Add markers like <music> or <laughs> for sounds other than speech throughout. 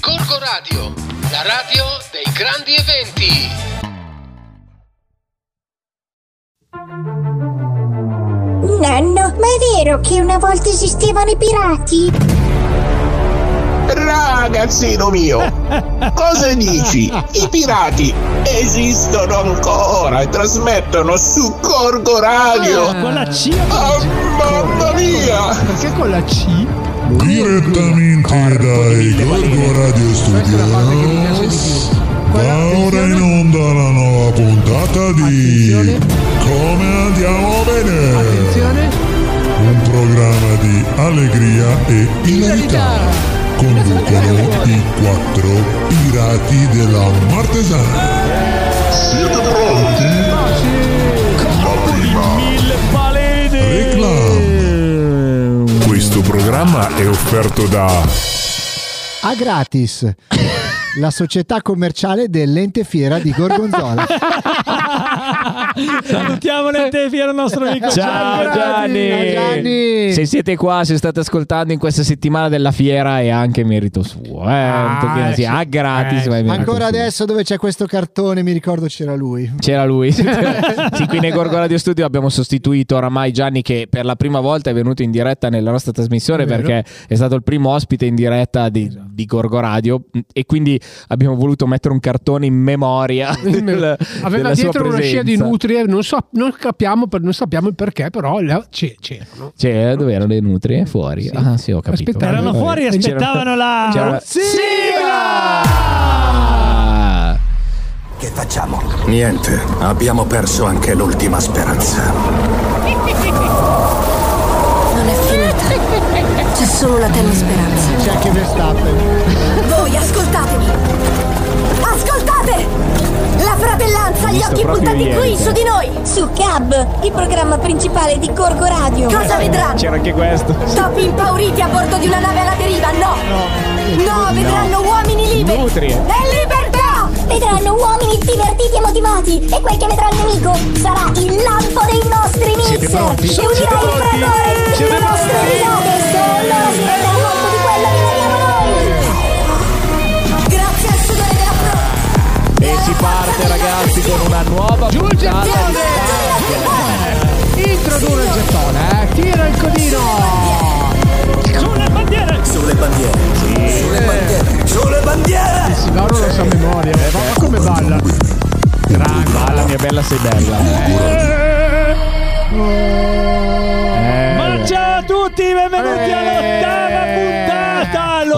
Gorgo Radio, la radio dei grandi eventi. Nonno, ma è vero che una volta esistevano i pirati? Ragazzino <laughs> mio, cosa dici? I pirati esistono ancora e trasmettono su Corgo Radio. Eh. Con la C o con Oh, la G? mamma mia! Perché con la C? Direttamente dai Gorgo Radio Studios va ora in onda la nuova puntata di Come andiamo bene Attenzione. un programma di allegria e hilarità conducono i quattro pirati della Martesana Siete pronti? Reclam questo programma è offerto da A gratis. La società commerciale dell'ente fiera di Gorgonzola. Salutiamo l'entefiera il nostro amico Ciao, Ciao Gianni. Eh, Eh, Gianni. Eh, Ciao, Gianni. Se siete qua, se state ascoltando in questa settimana della fiera è anche merito suo, eh? Ah, un pochino sì, sì. a gratis, Eh, ma è merito Ancora suo. adesso dove c'è questo cartone, mi ricordo c'era lui. <laughs> C'era lui. sì, qui nei Gorgo Radio Studio abbiamo sostituito oramai Gianni che per la prima volta è venuto in diretta nella nostra trasmissione È vero. Esatto. perché è stato il primo ospite in diretta di, di Gorgo Radio e quindi abbiamo voluto mettere un cartone in memoria del- Aveva della sua dietro una scia di presenza. nutrie, non, so- non capiamo per- non sappiamo il perché, però le- c'è- c'erano. Cioè, dove erano le nutrie? Fuori. Ah, sì, ho capito. Aspettavano Vabbè, fuori e vabbè. C'era- aspettavano la- c'era- Ah. Sigla! Che facciamo? Niente, abbiamo perso anche l'ultima speranza. Non è finita. C'è solo la tenue speranza. C'è anche Verstappen. Voi ascoltatemi! Ascoltate! La fratellanza, gli Visto occhi proprio puntati ieri. qui su di noi! Su Cab, il programma principale di Gorgo Radio. Cosa vedranno? C'era anche questo. Topi impauriti a bordo di una nave alla deriva? No! No, vedranno uomini liberi! Nutrie. E libertà! Vedranno uomini divertiti e motivati e quel che vedrà il nemico sarà il lampo dei nostri mixer che unirà il fragore delle nostre risate solo se è molto di quello che vediamo noi. Grazie al sudore della fronte! E si parte, ragazzi, con una nuova Giunge il puntata. gettone! Introduce il gettone, eh. Tira il codino! Sulle bandiere. Sulle bandiere. Sulle bandiere. Sulle bandiere! Loro lo sa a memoria, eh. ma ma come balla? Balla mia bella sei bella. Ciao a tutti, benvenuti Eh. all'ottava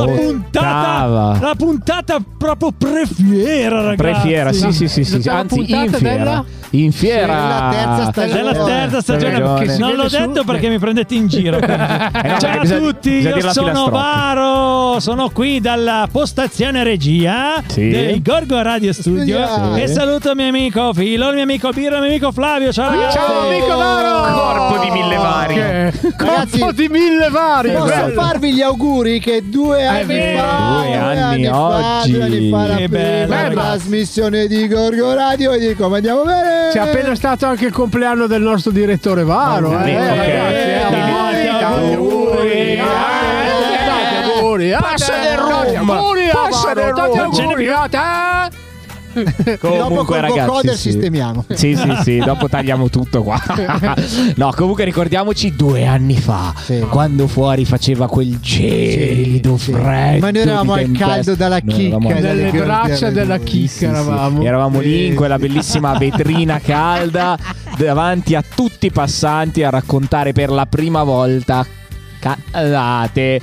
puntata! Ottava. La puntata, la puntata proprio prefiera, ragazzi. Eh, Prefiera, sì, sì, sì, sì. L'ottava Anzi, in puntata fiera. della- In fiera. Della Ah, terza stagione. Della terza stagione, Stagione. perché Che si non vede l'ho su- eh. detto perché mi prendete in giro. <laughs> quindi. Eh, perché Ciao a bisogna- tutti, bisogna io dirla sono filastrocca. Varo, sono qui dalla postazione regia Sì. del Gorgo Radio Studio Sì. e saluto il mio amico Filo, il mio amico Biro, il mio amico Flavio. Ciao, Ciao amico Loro! Corpo di mille vari. Che- Ragazzi, Corpo di mille vari! Posso bello. farvi gli auguri che due anni vero. fa, Due anni fa, oggi. due anni fa la Che prima bello. Beh, ma- trasmissione di Gorgo Radio e dico ma andiamo bene. C'è appena stato anche il compleanno del nostro direttore Varo, eh, Sì, ok. ragazzi, eh, Tanti auguri, tanti auguri, eh, tanti auguri, eh, tanti auguri, Varo, tanti auguri eh? a te. Dopo Comunque, col ragazzi. vocoder sì. sistemiamo. Sì, sì, sì, dopo tagliamo tutto <laughs> qua. No, comunque ricordiamoci due anni fa, Sì. quando fuori faceva quel gelido sì. freddo. Ma noi eravamo di al tempesta. caldo dalla Noi chicca, eravamo- dalle Nelle Sì, braccia sì, della sì, Sì, sì. chicca eravamo. Eravamo lì Sì. in quella bellissima vetrina calda davanti a tutti i passanti a raccontare per la prima volta calate.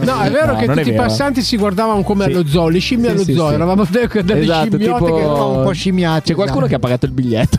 No, è vero che non tutti i vero. passanti si guardavano come Sì. allo zoo, le scimmie Sì, allo sì, zoo, sì. eravamo delle, delle Esatto, scimmiote tipo- che eravamo un po' scimmiati. C'è qualcuno che ha pagato il biglietto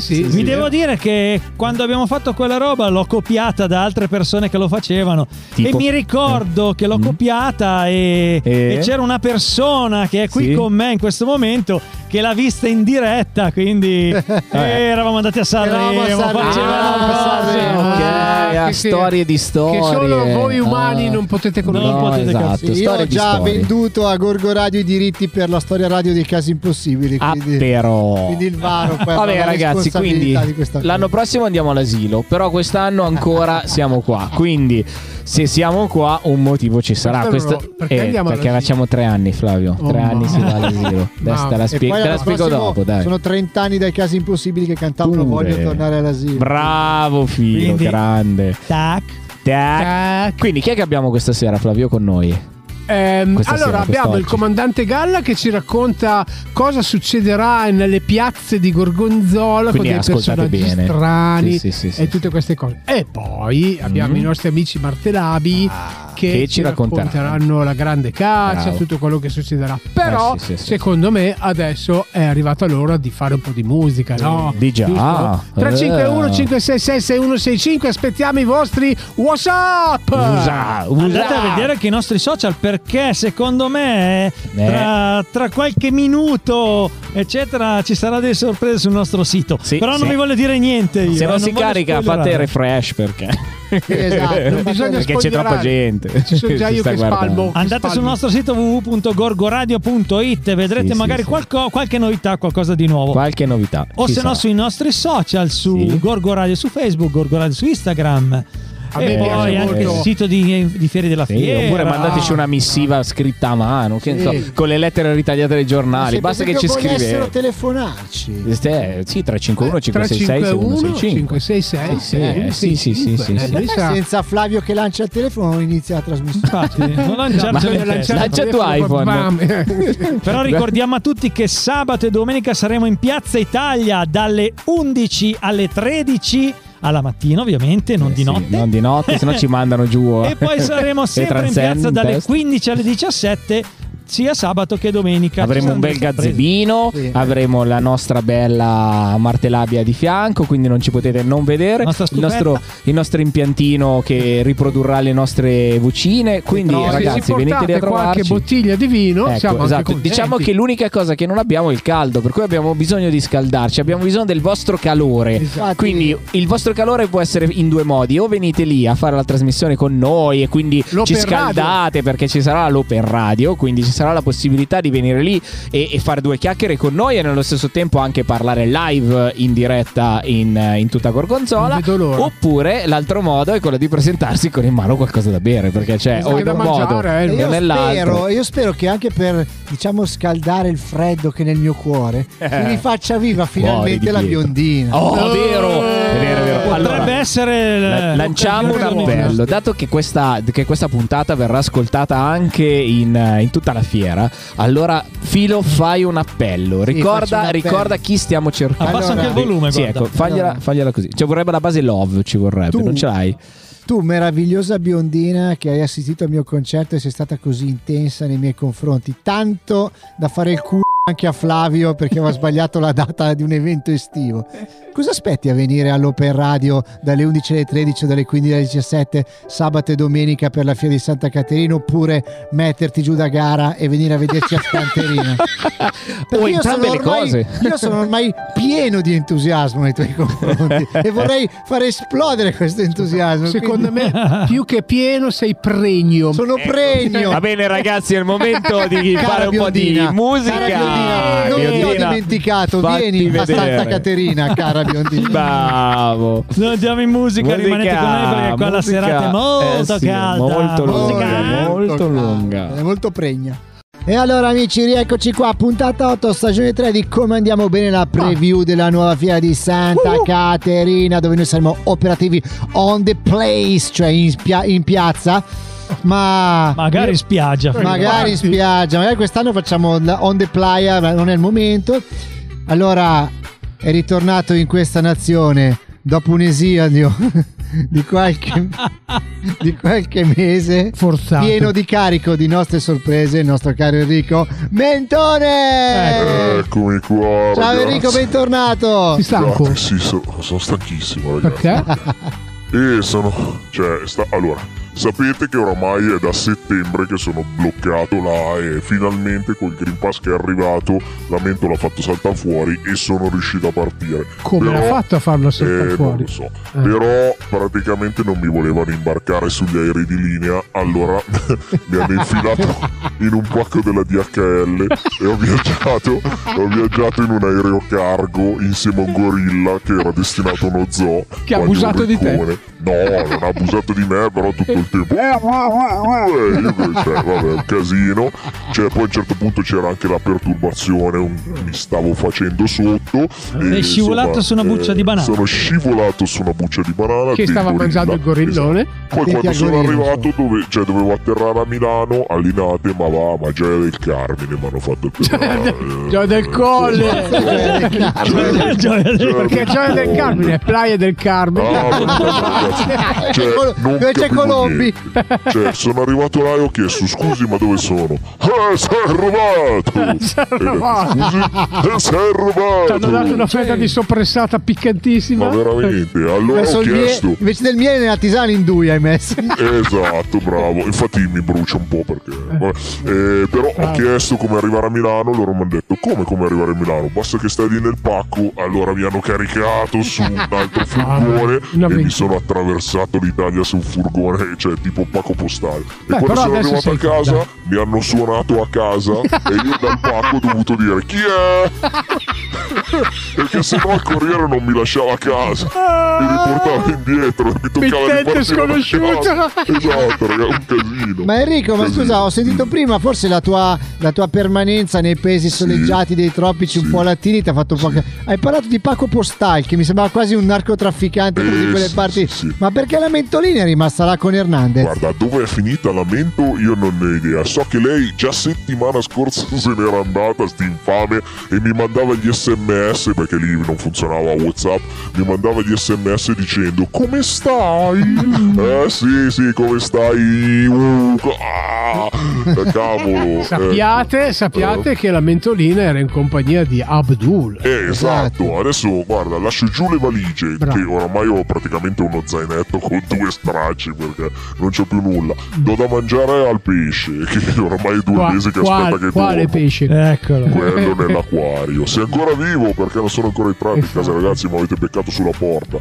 Sì, sì. Mi devo dire che quando abbiamo fatto quella roba l'ho copiata da altre persone che lo facevano Tipo? e mi ricordo che l'ho Mm. copiata e, E? e c'era una persona che è qui Sì. con me in questo momento che l'ha vista in <laughs> diretta, quindi eh, eravamo andati a Sanremo, Eravamo a Sanremo, Ah, facevano a Ah, cose. Sanremo, ok, a che si- storie di storie. Che solo voi umani Ah. non potete conoscere. No, esatto, Sì, Io storie ho di già storie. venduto a Gorgo Radio i diritti per la storia radio dei casi impossibili. Quindi, però. quindi il Varo poi avrà Ah, Vabbè la ragazzi, quindi responsabilità di questa cosa. l'anno prossimo andiamo all'asilo, però quest'anno ancora siamo qua. Quindi se siamo qua un motivo ci sarà. Questo non Questo- eh, lo- perché andiamo perché all'asilo? facciamo tre anni Flavio, Oh, tre anni si va all'asilo. Adesso te la, E spie- poi te la l'anno spiego prossimo dopo, dai. Sono 30 anni dai casi impossibili che cantavano Pure. Voglio tornare all'asilo. Bravo figlio, Quindi- grande. Tac. Tac. Quindi chi è che abbiamo questa sera Flavio con noi? Ehm, Questa allora sera, abbiamo il quest'oggi. comandante Galla che ci racconta cosa succederà nelle piazze di Gorgonzola Quindi con dei ascoltate personaggi bene. strani Sì, sì, sì, sì, e tutte queste cose. E poi abbiamo Mm. i nostri amici martelabi che, Ah, che ci ci racconteranno. racconteranno. la grande caccia, Bravo. tutto quello che succederà. Però Eh, sì, sì, sì, secondo me adesso è arrivata l'ora di fare un po' di musica, no? Di già. Giusto? Eh. 351 566 6165 aspettiamo i vostri WhatsApp. Andate a vedere anche i nostri social perché secondo me tra, tra qualche minuto eccetera ci sarà delle sorprese sul nostro sito. Però non sì. vi voglio dire niente. Io, eh, eh, Se non, si voglio carica spoilerare. fate refresh perché Esatto, non bisogna <laughs> perché c'è spoilerare. troppa gente. <laughs> Ci sono già Si io sta che guardando. spalmo. Andate sul nostro sito www.gorgoradio.it e vedrete Sì, magari sì, sì. qualco- qualche novità, qualcosa di nuovo. Qualche novità. Oh. O ci se no sarà. sui nostri social, su Sì. Gorgo Radio su Facebook, Gorgo Radio su Instagram. A e me piace poi anche il molto. sito di, di Fieri della Sì, Fiera. oppure mandateci una missiva scritta a mano, che ne Sì. so, con le lettere ritagliate dai giornali. Se Basta per che ci esempio volessero scrivete. telefonarci. Eh, sì, 351 566 351 6165. 566 Eh, sì, sì, sì, sì, sì. Eh, beh, senza Flavio che lancia il telefono non inizia la <laughs> trasmissione. non lanciarci Bisogna in testa. lanciare il Lancia tu telefono, iPhone. bam. Però ricordiamo a tutti che sabato e domenica saremo in Piazza Italia dalle 11 alle 13 alla mattina ovviamente, non di notte. Eh Non di notte, se no ci mandano <laughs> giù. eh. E poi saremo <laughs> le sempre in transenne piazza dalle testa. 15 alle 17 sia sabato che domenica. Avremo un bel gazzebino, avremo la nostra bella martellabia di fianco, quindi non ci potete non vedere. Nostra Il nostro, il nostro impiantino che riprodurrà le nostre vocine. Quindi, No, se ragazzi, ci venite lì a portate qualche trovarci. bottiglia di vino, Ecco, siamo esatto. anche contenti. Diciamo che l'unica cosa che non abbiamo è il caldo, per cui abbiamo bisogno di scaldarci, abbiamo bisogno del vostro calore. Esatto. Quindi il vostro calore può essere in due modi: o venite lì a fare la trasmissione con noi e quindi ci radio. scaldate perché ci sarà l'open radio, quindi ci sarà la possibilità di venire lì e, e fare due chiacchiere con noi e nello stesso tempo anche parlare live in diretta in, in tutta Gorgonzola. Oppure l'altro modo è quello di presentarsi con in mano qualcosa da bere, perché c'è o in un modo eh, E o io, nell'altro. spero, io spero che anche per diciamo scaldare il freddo che è nel mio cuore mi rifaccia viva finalmente Eh. di la pietra. biondina. Oh, vero, è vero, è vero. Potrebbe Allora, essere la- lanciamo un l'occasione appello, dato che questa, che questa puntata verrà ascoltata anche in, eh, in tutta la fiera. Allora, Filo, fai un appello. faccio Ricorda, un appello. ricorda chi stiamo Ah, cercando. Abbassa anche il volume, Sì, guarda. ecco, fagliela, Allora. fagliela così. Ci vorrebbe la base love, ci vorrebbe, Tu- non ce l'hai. Tu, meravigliosa biondina che hai assistito al mio concerto e sei stata così intensa nei miei confronti, tanto da fare il culo anche a Flavio perché aveva sbagliato la data di un evento estivo. Cosa aspetti a venire all'Open Radio dalle 11 alle 13 o dalle 15 alle 17 sabato e domenica per la Fiera di Santa Caterina oppure metterti giù da gara e venire <laughs> a vederci a Scanterina? Perché O io sono Oh, entrambe le ormai- cose. Io sono ormai pieno di entusiasmo nei <laughs> tuoi confronti e vorrei far esplodere questo entusiasmo. Secondo <laughs> me, più che pieno sei pregno. Sono <laughs> pregno. Va bene, ragazzi, è il momento di <laughs> Eh, Cara fare un po' di biondina, musica. cara biondina, non ti ho Biondina, dimenticato, fatti vieni a vedere. Santa Caterina, cara biondina. Bravo. Noi andiamo in musica, Musica, rimanete con noi perché qua la musica. serata è molto Eh sì, è calda. molto Musica. eh? lunga, eh. molto lunga. È molto pregna. E allora amici, rieccoci qua, puntata 8, stagione 3 di Come andiamo bene la preview della nuova fiera di Santa Uhuh. Caterina, dove noi saremo operativi on the place, cioè in, spia- in piazza. Ma Magari in spiaggia. magari <laughs> in spiaggia, magari quest'anno facciamo la- on the playa, ma non è il momento. Allora, è ritornato in questa nazione dopo un esilio <laughs> di qualche, di qualche mese, Forzato. pieno di carico di nostre sorprese, il nostro caro Enrico Mentone. Ecco. Eccomi qua. Ciao ragazzi. Enrico, bentornato. Ragazzi, Sì, so- sono stanchissimo, ragazzi. E sono. Cioè, sta- allora, Sapete che oramai è da settembre che sono bloccato là e finalmente col Green Pass che è arrivato la mentola ha fatto saltare fuori e sono riuscito a partire. Come Però- l'ha fatto a farlo eh, saltare non fuori? lo so. Però praticamente non mi volevano imbarcare sugli aerei di linea, allora <laughs> mi hanno infilato in un pacco della DHL e ho viaggiato, ho viaggiato in un aereo cargo insieme a un gorilla che era destinato a uno zoo. Che ha quasi un abusato di te? riccone. No, non ha abusato di me, però tutto il tempo. "Oh, Eh, io, cioè, vabbè, un casino. Cioè, poi a un certo punto c'era anche la perturbazione, un- mi stavo facendo sotto. e, eh, Sei scivolato su una buccia di banana. Sono scivolato su una buccia di banana. Che del stava gorilla. Esatto. mangiando il gorillone. Poi Attenti quando al sono gorilla, arrivato dove- cioè, dovevo atterrare a Milano, all'inate, ma va, ma già era del Carmine, mi hanno fatto Cioè, atterrare. Gioia del Colle. Perché Gioia del Carmine è Playa del Carmine. Cioè, non capivo niente. Cioè, sono arrivato là e ho chiesto scusi, ma dove sono? Eh, sei rubato! Cioè, Eh, sei rubato! Ti hanno dato una fetta di soppressata piccantissima. Ma veramente, allora <laughs> Verso ho il mie- Eh, chiesto. invece del miele nella tisana in due hai messo. Esatto, bravo. Infatti mi brucia un po' perché. vabbè. Eh, però ho chiesto come arrivare a Milano, loro mi hanno detto come come arrivare a Milano? Basta che stai lì nel pacco, allora mi hanno caricato su <laughs> un Ah, altro furgone e mi sono attraversato l'Italia su un furgone, <laughs> cioè tipo pacco postale. E Beh, però quando sono adesso arrivato a sei casa qui, mi hanno suonato a casa e io dal pacco ho dovuto dire chi <laughs> è? Perché sennò il corriere non mi lasciava a casa, mi Ah. riportava indietro, mi toccava Mittente ripartire da sconosciuto. casa. Esatto, raga, un casino. Ma Enrico, ma scusa, ho sentito prima, forse la tua, la tua permanenza nei paesi soleggiati dei tropici un po' latini ti ha fatto un po'. ca- Hai parlato di Paco Postal, che mi sembrava quasi un narcotrafficante di Eh, quelle sì, parti. sì, sì. Ma perché la mentolina è rimasta là con Hernandez? Guarda, dove è finita la mento io non ne ho idea. So che lei già settimana scorsa <laughs> se n'era andata, st'infame, e mi mandava gli sms, perché lì non funzionava Whatsapp, mi mandava gli sms dicendo come <laughs> stai? eh sì, sì, come stai? Uh, ah, cavolo. eh. Sappiate, sappiate che la mentolina era in compagnia di Abdul. Eh, esatto. adesso guarda, lascio giù le valigie, che oramai ho praticamente uno zainetto con due stracci perché non c'è più nulla. Do da mangiare al pesce, <laughs> che oramai è due Qua- mesi che qual- aspetta che quale dormo. pesce? Eh, Eccolo. Quello nell'acquario. Sei ancora vivo perché non sono ancora entrato in casa, ragazzi, mi avete beccato sulla porta.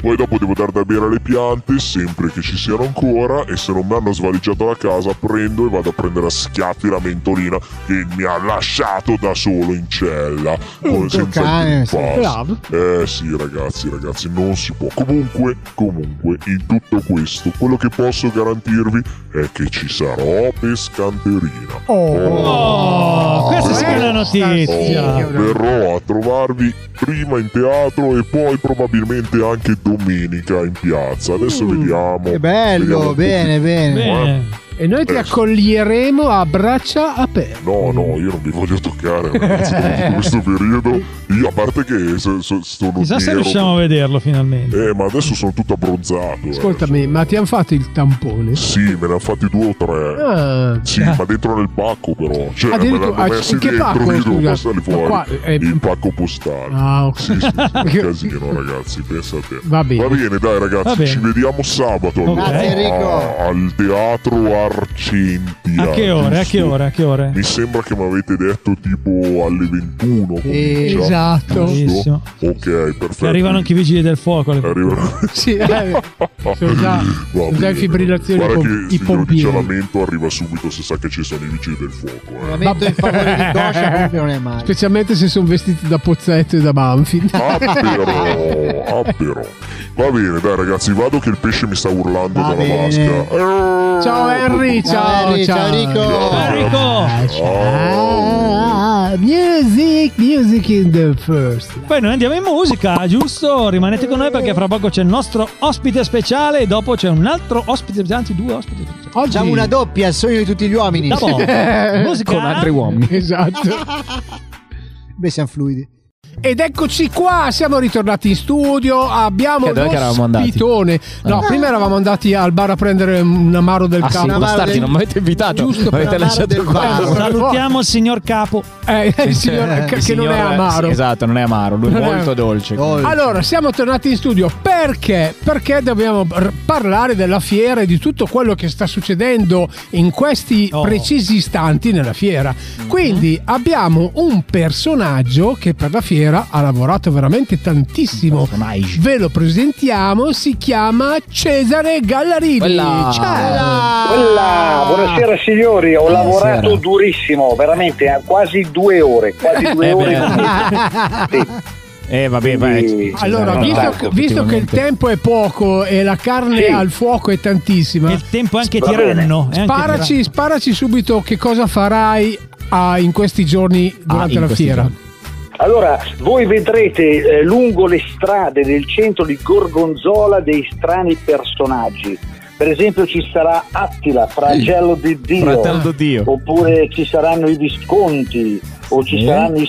Poi dopo devo dare da bere alle piante, sempre che ci siano ancora, e se non mi hanno svaligiato la casa, prendo e vado a prendere a schiaffi la mentolina che mi ha lasciato da solo in cella. Con, senza Mm, cane, il sì. Green Pass. Bravo. Eh sì, ragazzi, ragazzi, non si può. Comunque, comunque, in tutto questo, quello che posso garantirvi è che ci sarò pescanterina. Oh. Oh, questa sì che è una Oh, notizia. verrò a trovarvi prima in teatro e poi probabilmente anche domenica in piazza. Adesso Mm. vediamo. Che bello, bene, bene. E noi ti accoglieremo a braccia aperte. Eh, No, no, io non vi voglio toccare ragazzi, <laughs> in questo periodo. Io a parte che so- so- sono Chissà se nero. riusciamo a vederlo finalmente. Eh, ma adesso sono tutto abbronzato. eh. Ascoltami, ma ti hanno fatto il tampone? Sì, me ne hanno fatti due o tre. Ah. Sì, ma dentro nel pacco però. Cioè, me Addirittura- l'hanno ah, messi in che dentro, pacco, io devo scusa? passarli Ma fuori. qua, eh, Il pacco postale. <laughs> Ah, ok. Sì, sì, sì, un casino ragazzi, pensate. Va dai bene. Va ragazzi, bene. ci vediamo sabato. allora. Grazie, Enrico. Ah, Al teatro Arcentia. A che ore? A che giusto? ore? A che ore? Eh, Mi sembra che mi avete detto tipo alle 21. comincia, esatto. giusto? Bravissimo. Ok, perfetto. Che arrivano anche i vigili del fuoco. alle- Arrivano- <laughs> Sì, eh, sono già, Esatto, sono già in fibrillazione Guarda che con i il signor di pompieri. Cialamento arriva subito se sa che ci sono i vigili del fuoco. eh. Lamento in favore di Goscia comunque non è male. Specialmente se sono vestiti da pozzetto e da Banfi. <laughs> Ah, però, ah, però. Va bene, dai ragazzi, vado che il pesce mi sta urlando dalla maschera. Ciao Henry, ciao, Henry, ciao, Ah, music, music in the first. Poi noi andiamo in musica, giusto? Rimanete con noi perché fra poco c'è il nostro ospite speciale e dopo c'è un altro ospite, anzi due ospiti speciali. Oggi Facciamo una doppia, il sogno di tutti gli uomini. <laughs> <laughs> Da poco. Musica. Con altri uomini. Esatto. Beh, siamo fluidi. Ed eccoci qua, siamo ritornati in studio, abbiamo Che dov'è che eravamo lo andati? spitone. No, Ah. prima eravamo andati al bar a prendere un amaro del Ah, sì, capo. bastardi, non mi avete invitato. Giusto mi avete lasciato qua. Salutiamo il signor capo. Eh, il signor- Il che- che signor- non è amaro. sì, esatto, non è amaro. Lui è Non è- molto dolce. quindi. Allora, siamo tornati in studio perché? Perché dobbiamo par- parlare della fiera e di tutto quello che sta succedendo in questi precisi istanti nella fiera. Quindi abbiamo un personaggio che per la fiera ha lavorato veramente tantissimo. Ve lo presentiamo, si chiama Cesare Gallarini. Quella. Ciao! Quella, buonasera signori, ho lavorato durissimo, veramente, eh, quasi due ore, quasi due Eh, ore. beh. <laughs> Eh, vabbè, vai. Allora, visto, Ecco, che- visto che il tempo è poco e la carne Sì. al fuoco è tantissima, il tempo è anche Va bene. tiranno, è anche sparaci, tiranno. sparaci subito che cosa farai ah, in questi giorni durante Ah, in la questi fiera. Allora, voi vedrete eh, lungo le strade del centro di Gorgonzola dei strani personaggi. Per esempio ci sarà Attila, Fragello di Dio, Fratello Dio. oppure ci saranno i Visconti, o ci Sì. saranno i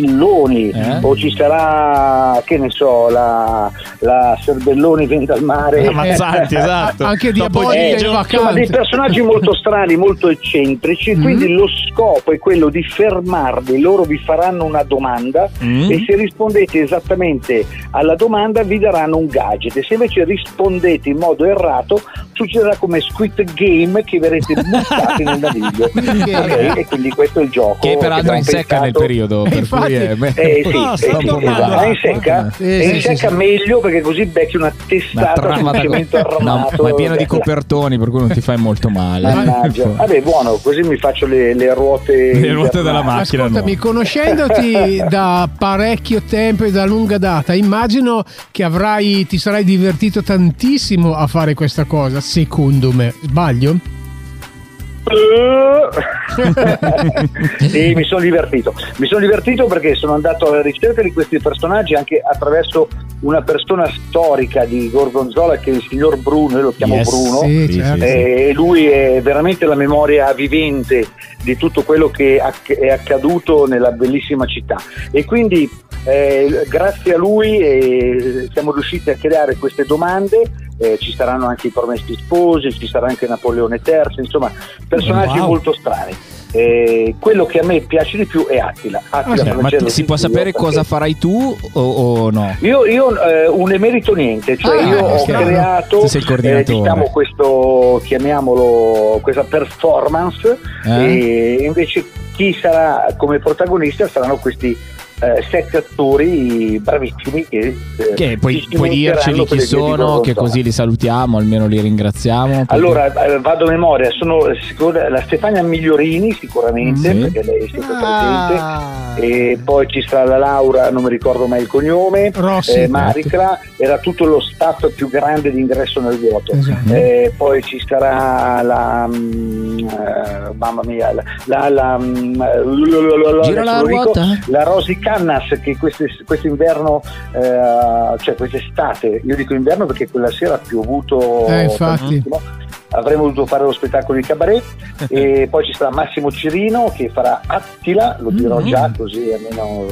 Cervelloni, Eh? o ci sarà, che ne so, la, la Cervelloni vende al mare. La Mazzanti, esatto. Anche Diabolica Eh, in Insomma, vacanza. Mm-hmm. dei personaggi molto strani, molto eccentrici, quindi lo scopo è quello di fermarvi, loro vi faranno una domanda Mm-hmm. Mm. e se rispondete esattamente alla domanda vi daranno un gadget e se invece rispondete in modo errato succederà come Squid Game che verrete buttati nel <laughs> naviglio Ok? e quindi questo è il gioco Che peraltro è abbiamo in secca nel pensato. periodo, per cui è meglio. Eh, sì, eh, No, ah, sta sì, tornando esatto, ma in l'acqua. secca, Sì, è in sì, sì, secca sì. meglio perché così becchi una Una testata trama da- semplicemente No, armato ma è pieno di Beh, copertoni, per cui non ti fai molto male. Eh, <laughs> Mannaggia. Vabbè, buono, così mi faccio le, le ruote. Le ruote della internali. macchina, <laughs> Ascoltami, conoscendoti da parecchio tempo e da lunga data, immagino che avrai, ti sarai divertito tantissimo a fare questa cosa, secondo me. Sbaglio? <laughs> sì, mi sono divertito. Mi sono divertito perché sono andato alla ricerca di questi personaggi anche attraverso una persona storica di Gorgonzola che è il signor Bruno, io lo chiamo Yes, Bruno, sì, Sì, certo. sì, Eh, sì. Eh, e lui è veramente la memoria vivente di tutto quello che acc- è accaduto nella bellissima città. E quindi eh, grazie a lui eh, siamo riusciti a creare queste domande. eh, ci saranno anche i promessi sposi, ci sarà anche Napoleone III, insomma, personaggi Wow. molto strani. Eh, quello che a me piace di più è Attila. Attila Cioè, ma Fragello certo. si di può Dio, sapere perché- cosa farai tu o, o no? Io, io eh, un emerito niente, cioè Ah, io ho strano. creato Tu sei il coordinatore. eh, diciamo questo, chiamiamolo questa performance Eh? e invece chi sarà come protagonista saranno questi eh, sette attori bravissimi che, eh, Che si puoi, puoi cimenteranno dirceli per chi le vie di sono, che Gorgonzola. così li salutiamo, almeno li ringraziamo. perché- Allora, eh, vado a memoria, sono sicura- la Stefania Migliorini sicuramente, Mm, Sì. perché lei è sempre Ah. presente, e poi ci sarà la Laura, non mi ricordo mai il cognome, Rossi. certo. eh, Maricla, era tutto lo staff più grande di ingresso nel vuoto. Esatto. Eh, poi ci sarà la... mm, eh, mamma mia, la... la, la, mm, Gira la adesso lo dico, ruota. la Rosy Cannas che queste- quest'inverno, eh, cioè quest'estate, io dico inverno perché quella sera ha piovuto Eh, <laughs> infatti. tantissimo, avremmo dovuto fare lo spettacolo di <laughs> cabaret e poi ci sarà Massimo Cirino che farà Attila, lo dirò Mm-hmm. Mhm. già così almeno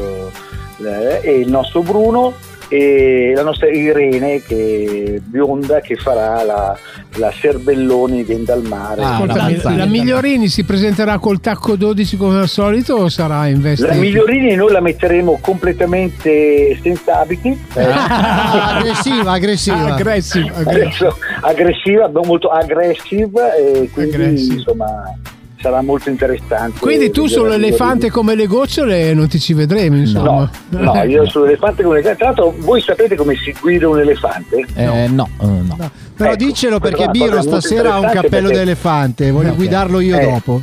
eh, e il nostro Bruno e la nostra Irene che è bionda che farà la, la Serbelloni vende al mare Ascoltami, Ah, la Migliorini si presenterà col tacco 12 come al solito o sarà in veste? La migliorini noi la metteremo completamente senza abiti. eh, Ah, aggressiva, aggressiva. Aggressiva, Adesso, aggressiva, molto aggressiva e quindi insomma sarà molto interessante. Quindi tu vedere la sull'elefante come le gocciole non ti ci vedremo, insomma. Eh, Migliorini. No, io sull'elefante come Tra l'altro voi sapete come si guida un elefante? Eh, no, eh, no. Però Ecco, dicelo questa è perché una Biro cosa molto stasera ha un interessante cappello perché- d'elefante, voglio Ok. guidarlo io Eh. dopo.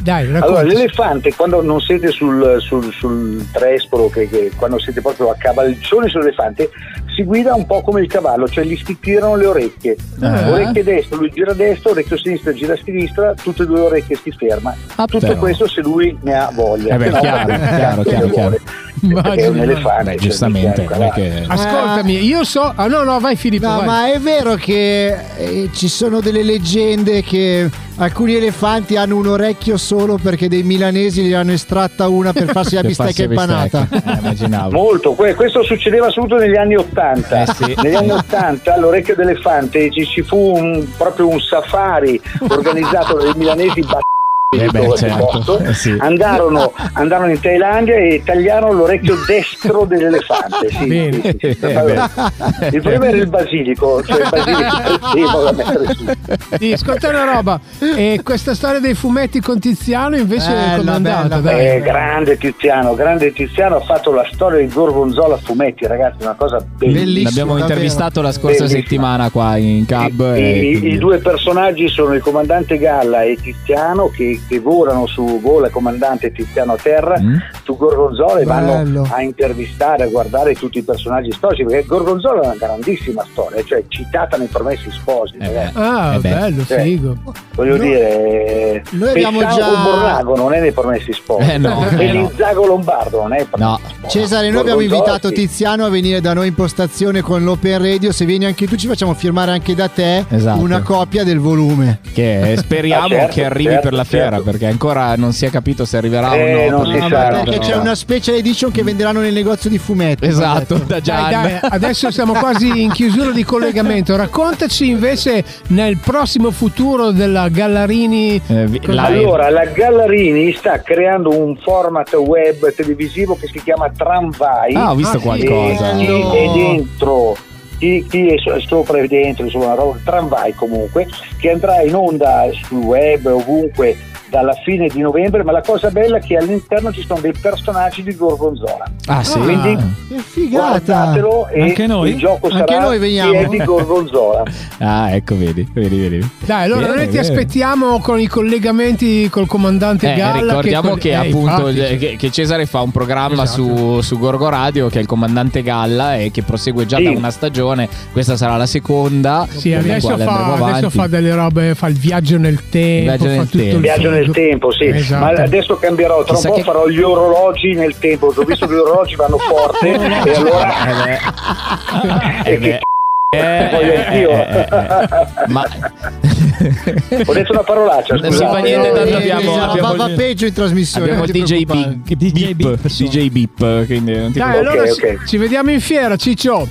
Dai, Allora, l'elefante quando non siete sul, sul, sul trespolo, che, che- quando siete proprio a cavalcione sull'elefante, si guida un po' come il cavallo, cioè gli si tirano le orecchie. Eh? Eh, Ah. Orecchie destra, lui gira a destra, orecchio sinistro gira a sinistra, tutte e due le orecchie si ferma. Tutto però. questo se lui ne ha voglia. Eh <laughs> beh, Se no, chiaro, perché chiaro, cazzo chiaro, ne chiaro. vuole? Perché è un elefante. Beh, cioè, giustamente, mica non è che- Ascoltami, io so. Ah, no, no, vai Filippo. No, vai. ma è vero che eh, ci sono delle leggende che Alcuni elefanti hanno un orecchio solo perché dei milanesi gli hanno estratta una per farsi la <laughs> Per farsi bistecca la bistecca. <laughs> Eh, impanata. immaginavo. Eh, Molto, que- questo succedeva soprattutto negli anni Ottanta. sì. Negli anni Ottanta all'orecchio d'elefante ci, ci fu un- proprio un safari organizzato dai milanesi b- Eh beh, di questo certo, posto. eh sì. andarono, andarono in Thailandia e tagliarono l'orecchio destro dell'elefante. sì, Bene. sì, sì. <laughs> Eh, beh. Il problema era il basilico, cioè il basilico <laughs> cresceva da mettere su. Sì, ascolta una roba, e questa storia dei fumetti con Tiziano invece è comandata, dai. Eh, grande Tiziano, grande Tiziano ha fatto la storia di Gorgonzola a fumetti, ragazzi, una cosa bellissima. L'abbiamo intervistato la scorsa Bellissima. settimana qua in cab. e I, eh, quindi- i due personaggi sono il comandante Galla e Tiziano che, che volano su vola comandante Tiziano a Mm. terra su Gorgonzola e Bello. vanno a intervistare, a guardare tutti i personaggi storici perché Gorgonzola è una grandissima storia, cioè citata nei Promessi Sposi. ragazzi. Ah, Eh beh. bello, Cioè, figo. Voglio dire, noi abbiamo Pensavo già- Borrago non è nei Promessi Sposi, Eh <laughs> no, e eh no. Lizzago Lombardo non è nei Promessi Sposi. Cesare, noi abbiamo Gorgonzola, invitato sì. Tiziano a venire da noi in postazione con l'Open Radio. Se vieni anche tu, ci facciamo firmare anche da te Esatto. una copia del volume. Che speriamo Ah, certo, che arrivi certo, per la certo. fiera, perché ancora non si è capito se arriverà o no. Ah, però- ma però- perché c'è però- una special edition che venderanno nel negozio di fumetti. Esatto, mi ha detto. da Dai, dai, <laughs> adesso siamo quasi in chiusura di collegamento. Raccontaci invece nel prossimo futuro della Gallarini. Eh, Allora, la Gallarini sta creando un format web televisivo che si chiama Tramvai. Ah, ho visto E qualcosa. Ah, Chi Oh. è dentro, chi, chi è so- sopra e dentro, insomma, una roba, Tramvai comunque, che andrà in onda sul web ovunque dalla fine di novembre, ma la cosa bella è che all'interno ci sono dei personaggi di Gorgonzola. Ah, sì. Quindi Che figata! guardatelo e Anche noi? il gioco Anche sarà noi veniamo. chi è di <laughs> Gorgonzola. Ah, ecco, vedi, vedi, vedi. Dai, allora Bene, noi ti bene. aspettiamo con i collegamenti col comandante Eh, Galla. ricordiamo che, eh, appunto infatti, Esatto. eh, che, che Cesare fa un programma su, su Gorgo Radio che è il comandante Galla e che prosegue già Sì. da una stagione questa sarà la seconda Sì, con la adesso quale fa, andremo adesso avanti. fa delle robe, fa il viaggio nel tempo, Viaggio fa nel tutto tempo. il Viaggio nel tempo, sì. Esatto. Ma adesso cambierò, tra un Chissà po' che- farò gli orologi nel tempo, perché ho visto che gli orologi vanno <laughs> forte e allora <laughs> Eh, beh. Eh, voglio eh, anch'io. eh, eh, eh. Ma ho detto una parolaccia, Non si fa scusate. niente, tanto Eh, abbiamo- esatto, abbiamo va, il- va peggio in trasmissione. abbiamo il non ti DJ preoccupare. Big, DJ Beep, DJ Beep, quindi non ti Dai, preoccupare. allora ci- ci vediamo in fiera, Ciccio.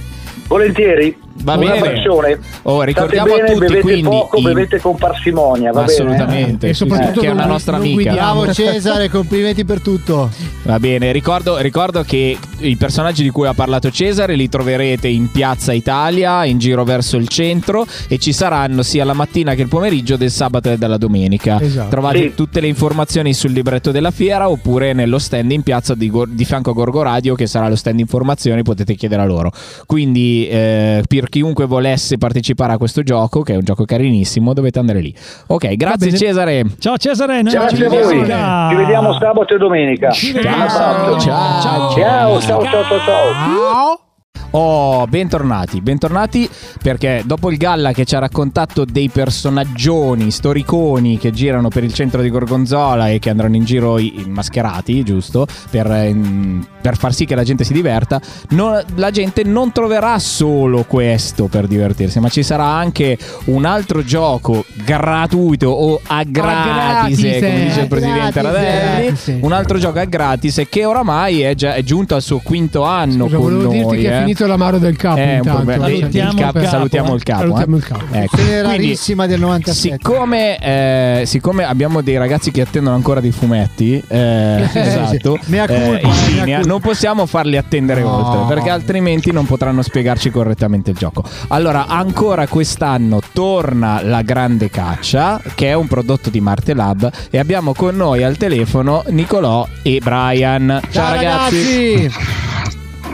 Volentieri. Va un bene. abbraccione. Oh, ricordiamo State a bene, tutti, bevete quindi, poco, i- bevete con parsimonia, va eh. Assolutamente, bene? E soprattutto sì, che è una non- nostra non amica. guidiamo. Bravo Cesare, complimenti per tutto. Va bene, ricordo, ricordo che i personaggi di cui ha parlato Cesare li troverete in Piazza Italia, in giro verso il centro e ci saranno sia la mattina che il pomeriggio del sabato e della domenica. Esatto. Trovate Sì. tutte le informazioni sul libretto della fiera oppure nello stand in piazza di, Gor- di fianco a Gorgo Radio che sarà lo stand informazioni, potete chiedere a loro. Quindi eh, per chiunque volesse partecipare a questo gioco, che è un gioco carinissimo, dovete andare lì. Ok, grazie bene. Cesare. Ciao Cesare, noi Grazie a ci voi. vediamo. Ci vediamo sabato e domenica. vediamo sabato. Ciao. Ciao, ciao, ciao, ciao, ciao. Ciao. Oh, bentornati, bentornati perché dopo il Galla che ci ha raccontato dei personaggioni storiconi che girano per il centro di Gorgonzola e che andranno in giro i- i mascherati, giusto, per, ehm, per far sì che la gente si diverta, non- la gente non troverà solo questo per divertirsi, ma ci sarà anche un altro gioco gratuito o a gratis, eh, gratis, come dice a il presidente gratis, eh. Ravelli, gratis. un altro gioco a gratis e che oramai è, già- è giunto al suo quinto anno Scusa, con volevo noi. dirti che eh. è finito l'amaro del capo. Eh, un intanto. problema. Cioè, Del- del salutiamo capo, eh. salutiamo il capo, Salutiamo eh. il capo. Ecco. Era Quindi- rarissima del 97. Siccome, eh, siccome abbiamo dei ragazzi che attendono ancora dei fumetti, eh, Sì, esatto, sì. Mea eh, culpa, in mea linea, culpa. non possiamo farli attendere No. oltre perché altrimenti non potranno spiegarci correttamente il gioco. Allora, ancora quest'anno torna la Grande Caccia, che è un prodotto di Marte Lab, e abbiamo con noi al telefono Nicolò e Brian. Ciao,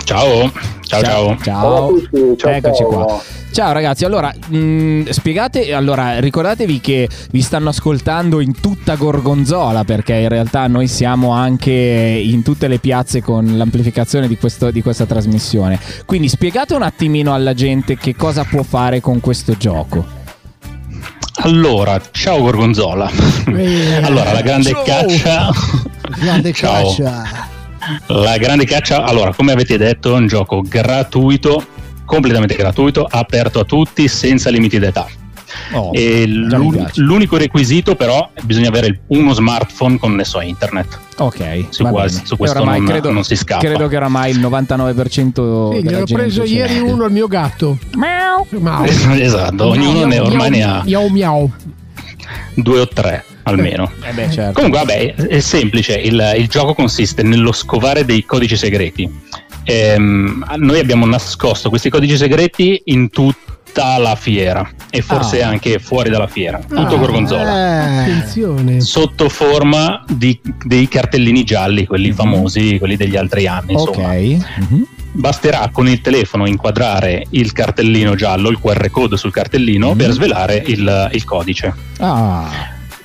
Ciao, ciao, ciao. Ciao. ciao, Eccoci Paolo. qua. Ciao ragazzi, allora mh, spiegate, allora ricordatevi che vi stanno ascoltando in tutta Gorgonzola perché in realtà noi siamo anche in tutte le piazze con l'amplificazione di, questo- di questa trasmissione. Quindi spiegate un attimino alla gente che cosa può fare con questo gioco. Allora, ciao Gorgonzola. Allora, la grande Ciao. caccia. Grande Ciao. caccia. La grande caccia, allora, come avete detto, è un gioco gratuito, completamente gratuito, aperto a tutti, senza limiti d'età. Oh, e già mi l'un- piace. l'unico requisito però è bisogna avere il- uno smartphone con ne so internet. Ok, Su va quest- bene. su questo E non- non si scappa. Credo che oramai il 99% Sì, della gliel'ho gente preso ce ieri l'ha. uno il mio gatto. Ah, Miau. <laughs> Esatto, ognuno ne- ormai ne ha. Eh, Miau miau. due o tre almeno. Eh beh, certo. Comunque, vabbè, è semplice. Il, il gioco consiste nello scovare dei codici segreti. Ehm, noi abbiamo nascosto questi codici segreti in tutta la fiera e forse Ah. anche fuori dalla fiera. Tutto Ah, gorgonzola. eh, Attenzione. Sotto forma di, dei cartellini gialli, quelli Mhm. famosi, quelli degli altri anni. Insomma. Mhm. Basterà con il telefono inquadrare il cartellino giallo, il QR code sul cartellino, Mhm. per svelare il- il codice Ah,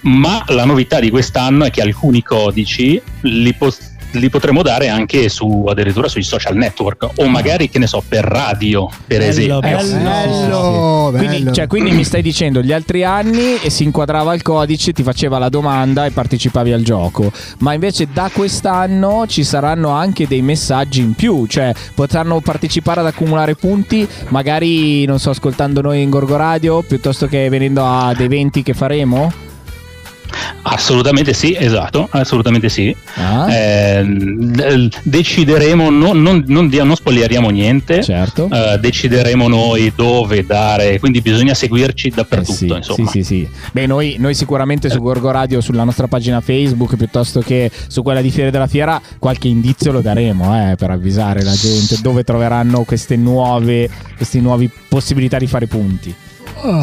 ma la novità di quest'anno è che alcuni codici li, po- li potremo dare anche su, addirittura sui social network o magari che ne so per radio per esempio Oh, bello, Quindi, cioè, quindi mi stai dicendo gli altri anni e si inquadrava il codice, ti faceva la domanda e partecipavi al gioco. Ma invece da quest'anno ci saranno anche dei messaggi in più, cioè potranno partecipare ad accumulare punti, magari non so, ascoltando noi in Gorgo Radio piuttosto che venendo ad eventi che faremo. assolutamente sì esatto assolutamente sì Ah, Eh? Eh, Ehm, d- decideremo no- non, non dia- non spoileriamo niente certo. eh, decideremo noi dove dare quindi bisogna seguirci dappertutto insomma Eh sì, sì. Beh, noi, noi sicuramente su Gorgo Radio, sulla nostra pagina Facebook, piuttosto che su quella di Fiere della Fiera, qualche indizio lo daremo eh, per avvisare la gente dove troveranno queste nuove, queste nuove possibilità di fare punti.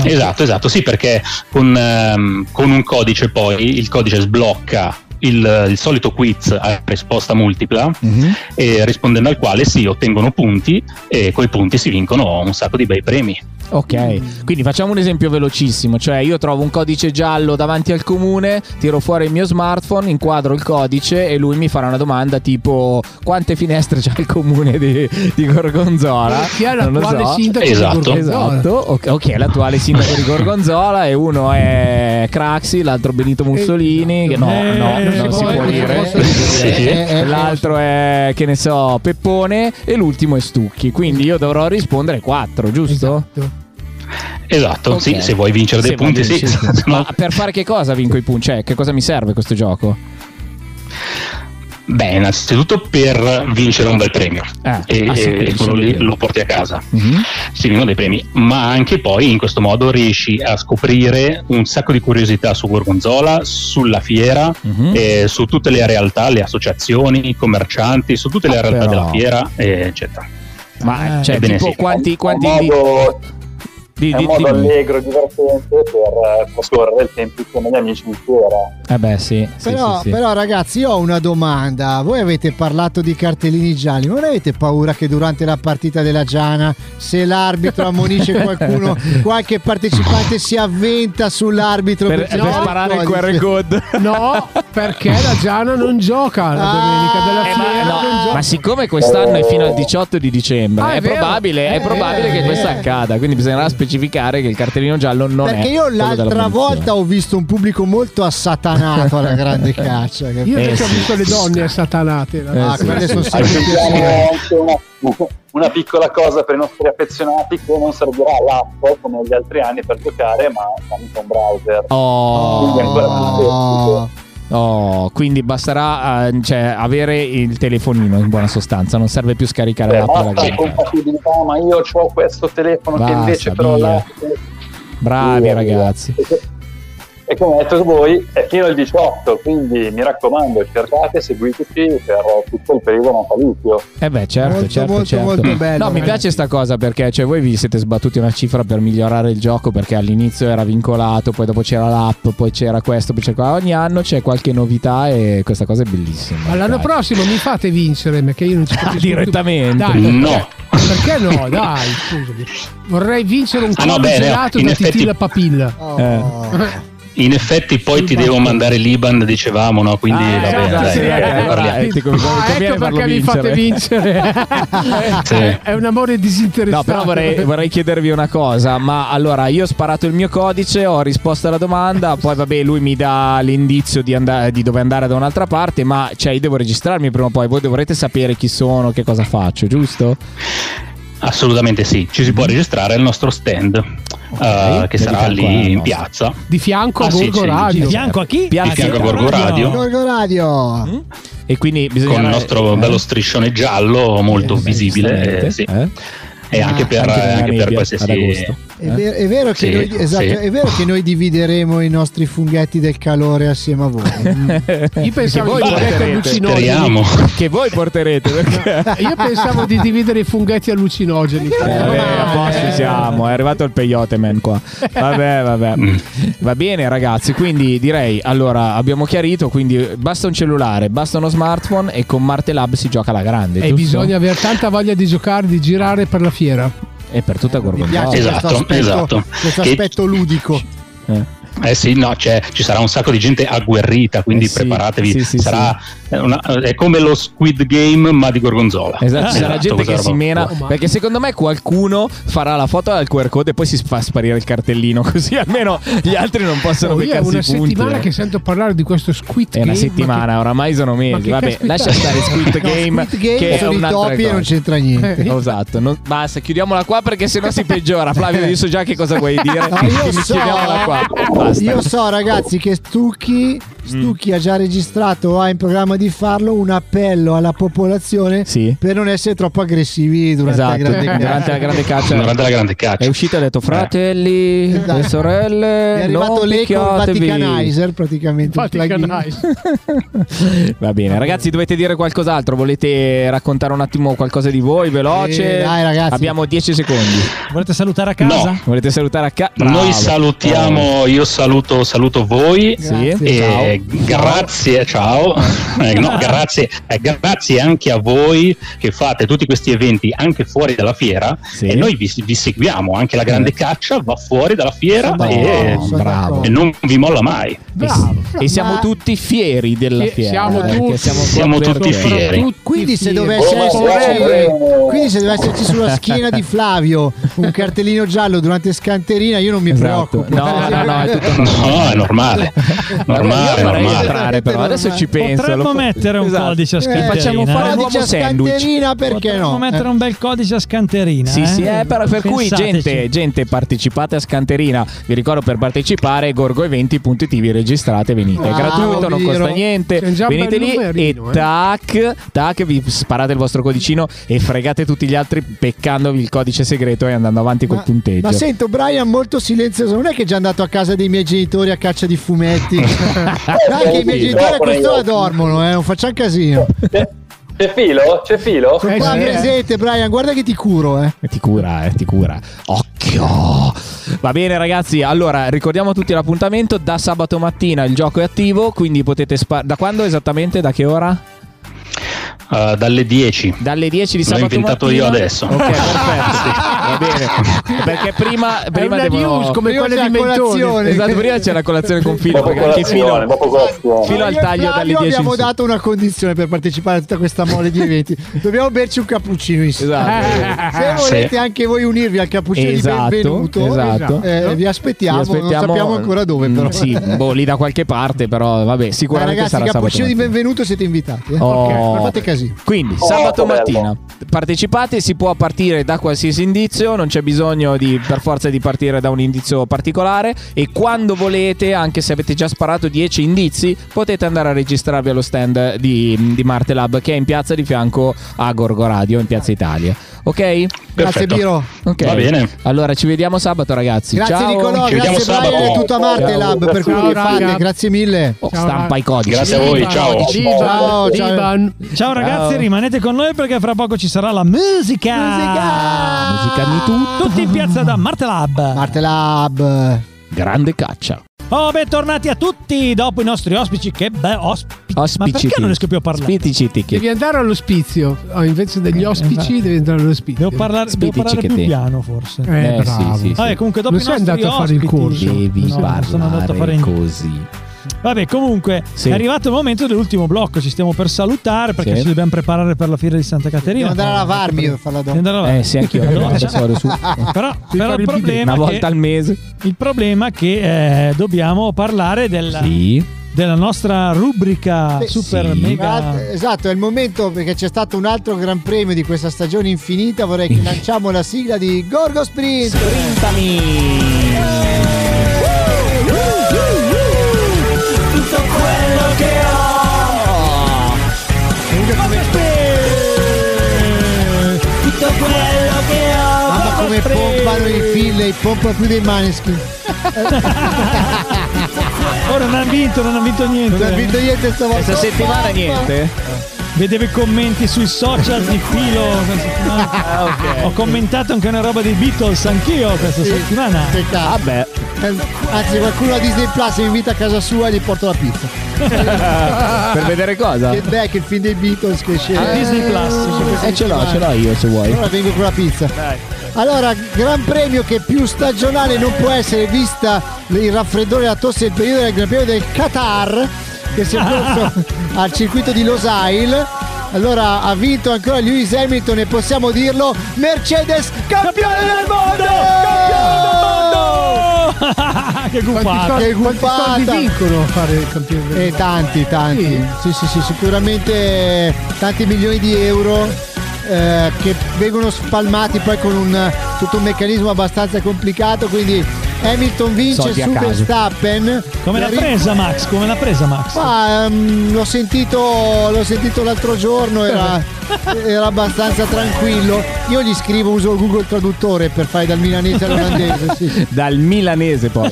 Esatto, esatto, sì, perché con, ehm, con un codice poi il codice sblocca il, il solito quiz a risposta multipla, Mhm. e rispondendo al quale si ottengono punti e coi punti si vincono un sacco di bei premi. Ok, quindi facciamo un esempio velocissimo, cioè io trovo un codice giallo davanti al comune, tiro fuori il mio smartphone, inquadro il codice e lui mi farà una domanda tipo quante finestre c'ha il comune di, di Gorgonzola? Chi è Non lo l'attuale sindaco di esatto. Gorgonzola? Esatto, ok, ok, l'attuale sindaco di Gorgonzola e uno è Craxi, l'altro Benito Mussolini, che Eh, no, no, non si può dire. Eh, Sì. L'altro è, che ne so, Peppone e l'ultimo è Stucchi, quindi io dovrò rispondere quattro, giusto? Esatto, Ok. sì, se vuoi vincere dei Se punti, voglio sì. <laughs> vincere. se no- Ma per fare che cosa vinco i punti? Cioè, che cosa mi serve questo gioco? Beh, innanzitutto per vincere un bel premio Ah, e, ah, sì, e quello Eh, quello sì, lì quello. lo porti a casa. Mhm, Si vincono dei premi, ma anche poi in questo modo riesci a scoprire un sacco di curiosità su Gorgonzola, sulla fiera, Mm. mhm. eh, su tutte le realtà, le associazioni, i commercianti, su tutte le Ah, realtà però. della fiera, eh, eccetera. Ma cioè, Ebbene tipo sì. quanti, quanti È un modo, di- è un di- modo dimmi. allegro, divertente per eh, trascorrere il tempo insieme agli amici di fiera. Eh beh, sì, sì, Però, sì, sì. però, ragazzi, io ho una domanda. Voi avete parlato di cartellini gialli, ma non avete paura che durante la partita della Giana, se <laughs> l'arbitro ammonisce qualcuno, qualche partecipante si avventa sull'arbitro Per- perché- per No, sparare il codice. QR code. No, perché la Giana non gioca la domenica della fiera. non gioca. <laughs> Ma siccome quest'anno è fino al 18 di dicembre, Ah, è è, vero. probabile, è Eh, probabile che eh. questo accada. Quindi bisognerà specificare che il cartellino giallo non è. Perché io quello della l'altra punizione. volta ho visto un pubblico molto assatanato alla grande caccia. che- Io invece Eh, ho sì. visto le donne assatanate. Ah, quelle sono sempre Aggiungiamo anche una, una piccola cosa per i nostri affezionati che non servirà l'app come gli altri anni per giocare, ma tramite un browser. Oh. Quindi è ancora più semplice. Oh. Oh, quindi basterà eh, cioè, avere il telefonino in buona sostanza, non serve più scaricare Beh, l'app della Eh, basta Game. compatibilità, ma io ho questo telefono Basta, che invece però via. l'app Bravi ragazzi. E come ho detto voi, è fino al 18, quindi mi raccomando, cercate, seguiteci per tutto il periodo natalizio. Eh beh, certo, Molto, certo, molto, certo. molto bello, No, ragazzi. mi piace sta cosa perché cioè, voi vi siete sbattuti una cifra per migliorare il gioco perché all'inizio era vincolato, poi dopo c'era l'app, poi c'era questo, poi c'era qua. Ogni anno c'è qualche novità e questa cosa è bellissima. Ma l'anno prossimo mi fate vincere perché io non <laughs> ci capisco. Ah, direttamente. Dai, perché- No. Perché no? Dai, scusami. Vorrei vincere un Ah, no, cuore beh, no, gelato in da effetti- Titi la <laughs> papilla. Oh. Eh. In effetti poi ti devo mandare l'Iban, dicevamo, no? Quindi Ah, va bene, esatto, dai, sì, dai, eh, ne parliamo. eh, ti com- Ah, conviene ecco farlo perché mi fate vincere. <laughs> Sì. È un amore No, disinteressato. però vorrei, vorrei chiedervi una cosa, ma allora io ho sparato il mio codice, ho risposto alla domanda, poi vabbè lui mi dà l'indizio di, andare, di dove andare da un'altra parte, ma cioè io devo registrarmi prima o poi, voi dovrete sapere chi sono, che cosa faccio, giusto? Assolutamente sì, ci si può Mm-hmm. registrare al nostro stand eh, che sarà fianco lì al in nostro. piazza. Di fianco a Ah, sì, Gorgo sì, Radio. di fianco a chi? Di Piazza fianco a Gorgo Radio. Gorgo Radio. E quindi con il bisogna Eh? nostro bello striscione giallo molto visibile. eh, sì. E anche per, Esatto, anche nella anche per nebbia, qualsiasi... ad agosto. È, ver- è vero che Sì, noi, esatto, sì. è vero che noi divideremo i nostri funghetti del calore <laughs> assieme a voi. Mm. Io pensavo voi di dividere porterete. allucinogeni. che voi porterete perché... Io pensavo di dividere i funghetti allucinogeni. Eh, Eh, Vabbè, a posto siamo, è arrivato il peyote man qua. Vabbè, vabbè. Mm. Va bene ragazzi, quindi direi, allora abbiamo chiarito, quindi basta un cellulare, basta uno smartphone e con Marte Lab si gioca alla grande. E giusto? eh, bisogna avere tanta voglia di giocare, di girare per la fiera. E per tutta Mi Gorgonzola. piace questo aspetto, questo Esatto, Che- aspetto ludico. Eh sì, no, c'è- ci sarà un sacco di gente agguerrita, Eh quindi preparatevi. sarà eh, una- è come lo Squid Game, ma di Gorgonzola. Esatto, ci sarà gente questa che si roba. mena Oh, perché secondo me qualcuno farà la foto al QR code e poi si fa sparire il cartellino <laughs> così almeno gli altri non possono Oh, io è beccarsi una i punti. eh. settimana che sento parlare di questo Squid È Game. una ma settimana, oramai sono ma mesi. che Vabbè, caspita- lascia <laughs> stare Squid No, Game. Squid Game che sono è i un'altra topi e cosa. non c'entra niente. Eh, Esatto, non- basta, chiudiamola qua perché sennò <laughs> si peggiora. Flavio, io so già che cosa vuoi dire. No, Ah, io quindi so- chiudiamola qua. Basta. Mm. Io so, ragazzi, che Stucchi, Stucchi ha già registrato o ha in programma di farlo un appello alla popolazione per non essere troppo aggressivi durante Esatto, la grande durante la grande caccia. Ah, Durante la grande caccia. Cioè, È uscito e ha detto fratelli e sorelle, È arrivato Eh, non lei con picchiatevi." Vaticanizer praticamente. il plugin. Va bene, ragazzi, dovete dire qualcos'altro? Volete raccontare un attimo qualcosa di voi, veloce? Eh, dai, ragazzi. Abbiamo 10 secondi. Volete salutare a casa? No. Volete salutare a casa? Noi salutiamo, io saluto, saluto voi Sì. e grazie, ciao, Eh, no, grazie, eh, grazie anche a voi che fate tutti questi eventi anche fuori dalla fiera e noi vi, vi seguiamo, anche la Eh. grande caccia va fuori dalla fiera Sono e, d'accordo, sono d'accordo. Eh, e non vi molla mai. E siamo tutti fieri della Sì, fiera. eh, siamo perché tutti- qua siamo per- tutti fieri. Tutti Quindi se, fieri. dovesse Oh, esserci, sorelle. quindi se dovesse esserci sulla schiena di Flavio un cartellino giallo durante scanterina, io non mi preoccupo. Esatto. Eh, No, no, no, è tutto No, è normale. Normale, Io vorrei normale. entrare, però adesso ci penso. Potremmo lo fa- mettere un codice a Gli scanterina. Facciamo fare eh? un uomo sandwich. Potremmo Eh. mettere un bel codice a scanterina. Sì, eh? sì, eh, però per cui Pensateci. gente, gente partecipate a Scanterina. Vi ricordo per partecipare gorgoeventi.it vi registrate, venite. È Bravo, gratuito, non Viro. costa niente. C'è già un Venite bel lì e numerino, eh. tac, tac, vi sparate il vostro codicino e fregate tutti gli altri peccandovi il codice segreto e andando avanti col punteggio. Ma sento Brian molto silenzioso, non è che è già andato a casa dei miei genitori a caccia <laughs> di fumetti. Dai che i miei genitori a quest'ora dormono, eh, non facciamo casino. C'è filo? C'è filo? Sono qua presente Brian, guarda che ti curo, eh. Ti cura, eh, ti cura. Occhio! Va bene ragazzi, allora ricordiamo tutti l'appuntamento. Da sabato mattina il gioco è attivo, quindi potete... spa- da quando esattamente? Da che ora? Eh, dalle 10. Dalle 10 di L'ho sabato inventato mattina. io adesso. Ok, <laughs> perfetto. Va bene. Perché prima, prima una devono... news come prima quelle c'è di la colazione. Mentone. Esatto, prima c'è la colazione con Filo. Dopo Perché anche colazione, Filo... dopo colazione. Filo al Io e taglio Flavio dalle 10 in abbiamo su. dato una condizione per partecipare a tutta questa mole <laughs> di eventi. Dobbiamo berci un cappuccino insieme. Esatto. Se Sì. volete anche voi unirvi al cappuccino Esatto, di benvenuto, esatto. eh, vi, aspettiamo, Vi aspettiamo- non sappiamo ancora dove Mm, però. Sì, boh, lì da qualche parte, però vabbè, Dai, sicuramente ragazzi, sarà sabato. cappuccino di mattina. benvenuto siete invitati. Eh? Oh. Ok, non fate casino. Quindi Oh, sabato bello. mattina partecipate, si può partire da qualsiasi indizio, non c'è bisogno di, per forza di partire da un indizio particolare e quando volete, anche se avete già sparato 10 indizi, potete andare a registrarvi allo stand di, di Marte Lab che è in piazza di fianco a Gorgo Radio, in piazza Italia. Ok? Grazie, Biro. Ok. Va bene. Allora ci vediamo sabato ragazzi. Grazie Ciao. Nicolò, grazie Brian, è tutto a Marte Ciao. Lab per cui fate, grazie mille. Oh, Stampa i codici. Grazie a voi, Stampa i ciao. codici. Ciao, ciao. Ciao ragazzi, Ciao. rimanete con noi perché fra poco ci sarà la musica. Musica di tutto. Tutti in piazza da Martelab. Martelab. Grande caccia. Oh, bentornati a tutti dopo i nostri ospiti. Che beh, ospiti. Ma Ospiciti. perché non riesco più a parlare? Devi andare all'ospizio, Oh, invece degli ospiti devi andare all'ospizio. Devo parlare, devo parlare più piano forse. Eh, bravo. Vabbè, comunque dopo non i sei nostri andato a fare il ospiti- corso. No, non sono andato a fare niente. così. Vabbè, comunque Sì. è arrivato il momento dell'ultimo blocco. Ci stiamo per salutare perché Sì. ci dobbiamo preparare per la fiera di Santa Caterina. Devo andare a lavarmi io, farla dopo. Devo andare a lavarmi. Eh sì, anch'io. <laughs> Devo Devo andare a andare su. però, Devi però fare il il bidet. problema Una è volta che- al mese. Il problema è che eh, dobbiamo parlare della, della nostra rubrica super Sì, mega. ma- Esatto, è il momento perché c'è stato un altro gran premio di questa stagione infinita. Vorrei <laughs> che lanciamo la sigla di Gorgo Sprint. Sprintami! Tutto quello che ho. Tutto quello che ho. Mamma come pompano i Finlay, pompa più dei Maneskin. Ora Oh, non ha vinto, non ha vinto niente. Non ha vinto niente stavolta. Questa settimana niente? Vedevo i commenti sui social di Filo. questa <laughs> settimana. Ah, Ho commentato anche una roba dei Beatles anch'io questa settimana. <laughs> Vabbè. Eh, Anzi, qualcuno a Disney Plus mi invita a casa sua e gli porto la pizza. Ah. per vedere cosa? Che back, il film dei Beatles che esce A Disney Plus. Eh, ce l'ho, ce l'ho io se vuoi. Allora vengo con la pizza. Allora, gran premio che più stagionale non può essere vista il raffreddore, la tosse e il periodo del gran premio del Qatar che si è corso al circuito di Losail. Allora ha vinto ancora Lewis Hamilton e possiamo dirlo Mercedes campione del mondo! Ah, che guffata. Che Ah, Quanti soldi guffata. vincono a fare il campione del Eh, mondo? tanti, tanti. Sì. sì, sì, sicuramente tanti milioni di euro eh, che vengono spalmati poi con un, tutto un meccanismo abbastanza complicato, quindi Hamilton vince Soldi a su caso. Verstappen. Come l'ha La ri- presa Max? Come l'ha presa Max? Ma, ehm, l'ho, sentito, l'ho sentito l'altro giorno, <laughs> era, era abbastanza tranquillo. Io gli scrivo, uso il Google Traduttore per fare dal milanese all'olandese. sì, sì Dal milanese poi.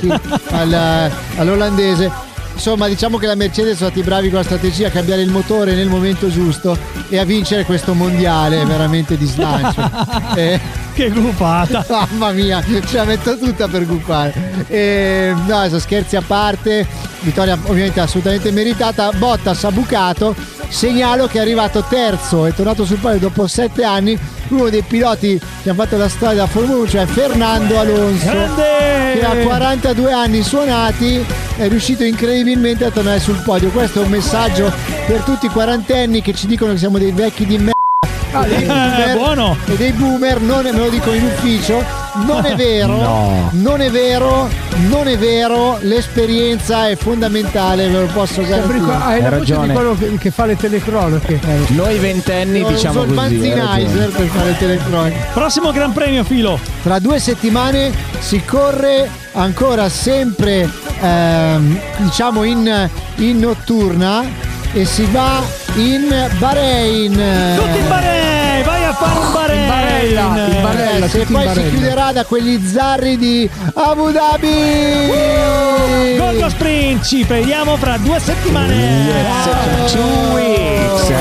al- all'olandese. Insomma, diciamo che la Mercedes sono stati bravi con la strategia a cambiare il motore nel momento giusto e a vincere questo mondiale veramente di slancio. Eh, Che gufata! Mamma mia, ce la metto tutta per gufare. Eh, no, adesso scherzi a parte, vittoria ovviamente assolutamente meritata. Bottas ha bucato. Segnalo che è arrivato terzo, è tornato sul palio dopo sette anni. Uno dei piloti che ha fatto la storia della Formula 1, cioè Fernando Alonso, Grande! che a 42 anni suonati è riuscito incredibilmente a tornare sul podio. Questo è un messaggio per tutti i quarantenni che ci dicono che siamo dei vecchi di merda. Ah, dei eh, boomer, buono. E dei boomer, non è- me lo dicono in ufficio, non è <laughs> vero, No. non è vero, non è vero, l'esperienza è fondamentale, ve lo posso garantire. Sembri qua- Hai la voce di quello che, che fa le telecronache. Noi ventenni Oh, Io diciamo uso il così. hai Banzinizer ragione. per fare il telecronache. Prossimo Gran Premio Filo. Tra due settimane si corre ancora sempre ehm, diciamo in, in notturna e si va in Bahrain. Tutti in Bahrain! Vai a fare un Bahrain! Eh, se poi si chiuderà da quegli zarri di Abu Dhabi. Gorgo Sprint, ci eh, vediamo fra due settimane. Two weeks, eh?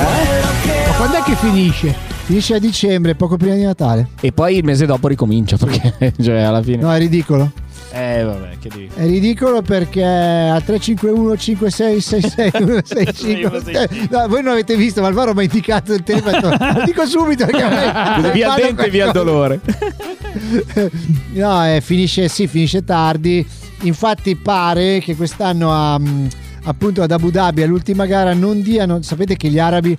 Ma quando è che finisce? Finisce a dicembre, poco prima di Natale. Eh? E poi il mese dopo ricomincia perché <laughs> cioè alla fine. No, è ridicolo. Eh vabbè, che devi. È ridicolo perché a 351 5666 no, Voi non avete visto, ma Alvaro mi ha indicato il telefono. <laughs> Lo dico subito perché a me- Così via fanno dente e via qualcosa. dolore. No, eh, finisce, sì, finisce tardi. Infatti pare che quest'anno a, mh, appunto ad Abu Dhabi all'ultima gara non diano, sapete che gli arabi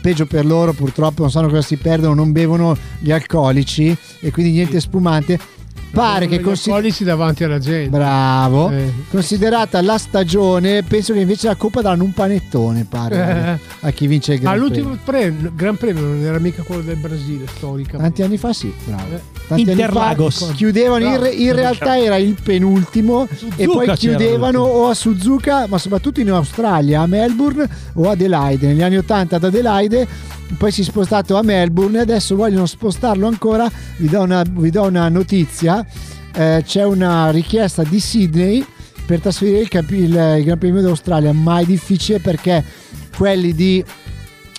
peggio per loro purtroppo non sanno cosa si perdono, non bevono gli alcolici e quindi niente spumante. Pare che Con consi- codici davanti alla gente. Bravo. Eh. Considerata la stagione, penso che invece la coppa daranno un panettone, pare. Eh. A chi vince il Eh, Ma Gran l'ultimo Premio. pre- Gran Premio non era mica quello del Brasile, storica. Tanti anni fa sì, bravo. Eh. Tanti anni fa Interlagos. chiudevano in, re- in Bravo. realtà era il penultimo e poi c'era chiudevano o a Suzuka, ma soprattutto in Australia, a Melbourne o Adelaide. Negli anni 80 ad Adelaide, poi si è spostato a Melbourne e adesso vogliono spostarlo ancora. Vi do una, vi do una notizia: Eh, c'è una richiesta di Sydney per trasferire il, campi- il- il Gran Premio d'Australia, ma è difficile perché quelli di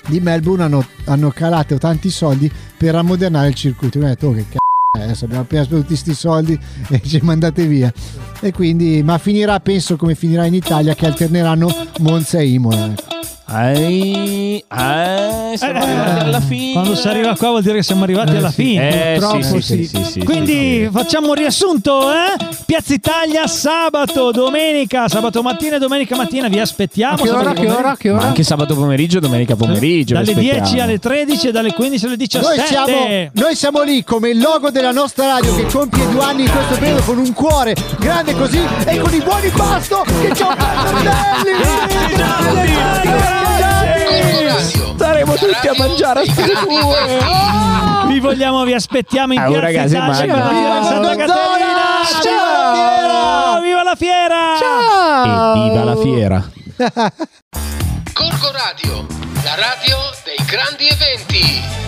di Melbourne hanno, hanno calato tanti soldi per ammodernare il circuito. Mi hanno detto, "Oh, che c***o è? adesso abbiamo appena speso tutti questi soldi e ci mandate via. E quindi, ma finirà, penso come finirà in Italia, che alterneranno Monza e Imola. ecco. Ai, ai, fine, siamo arrivati alla fine. Eh, Quando si arriva qua vuol dire che siamo arrivati alla fine. Eh, Purtroppo sì, sì, sì, sì, sì, Quindi facciamo un riassunto, eh? Piazza Italia sabato, domenica, sabato mattina e domenica mattina vi aspettiamo. Sabato eh. pomeriggio. Ma anche sabato pomeriggio, domenica pomeriggio. Dalle vi 10 aspettiamo. alle 13 e dalle 15 alle 17. Noi siamo, noi siamo lì come il logo della nostra radio che compie due anni in questo periodo con un cuore grande così e con i buoni pasto che c'ho Saremo tutti a mangiare a stare Vi vogliamo, vi aspettiamo in Ah, oh, piazza ragazzi, Italia. immagino. Viva Santa Ciao, Caterina! Ciao! Viva la fiera! E viva la fiera. Corco Radio, la radio dei grandi eventi.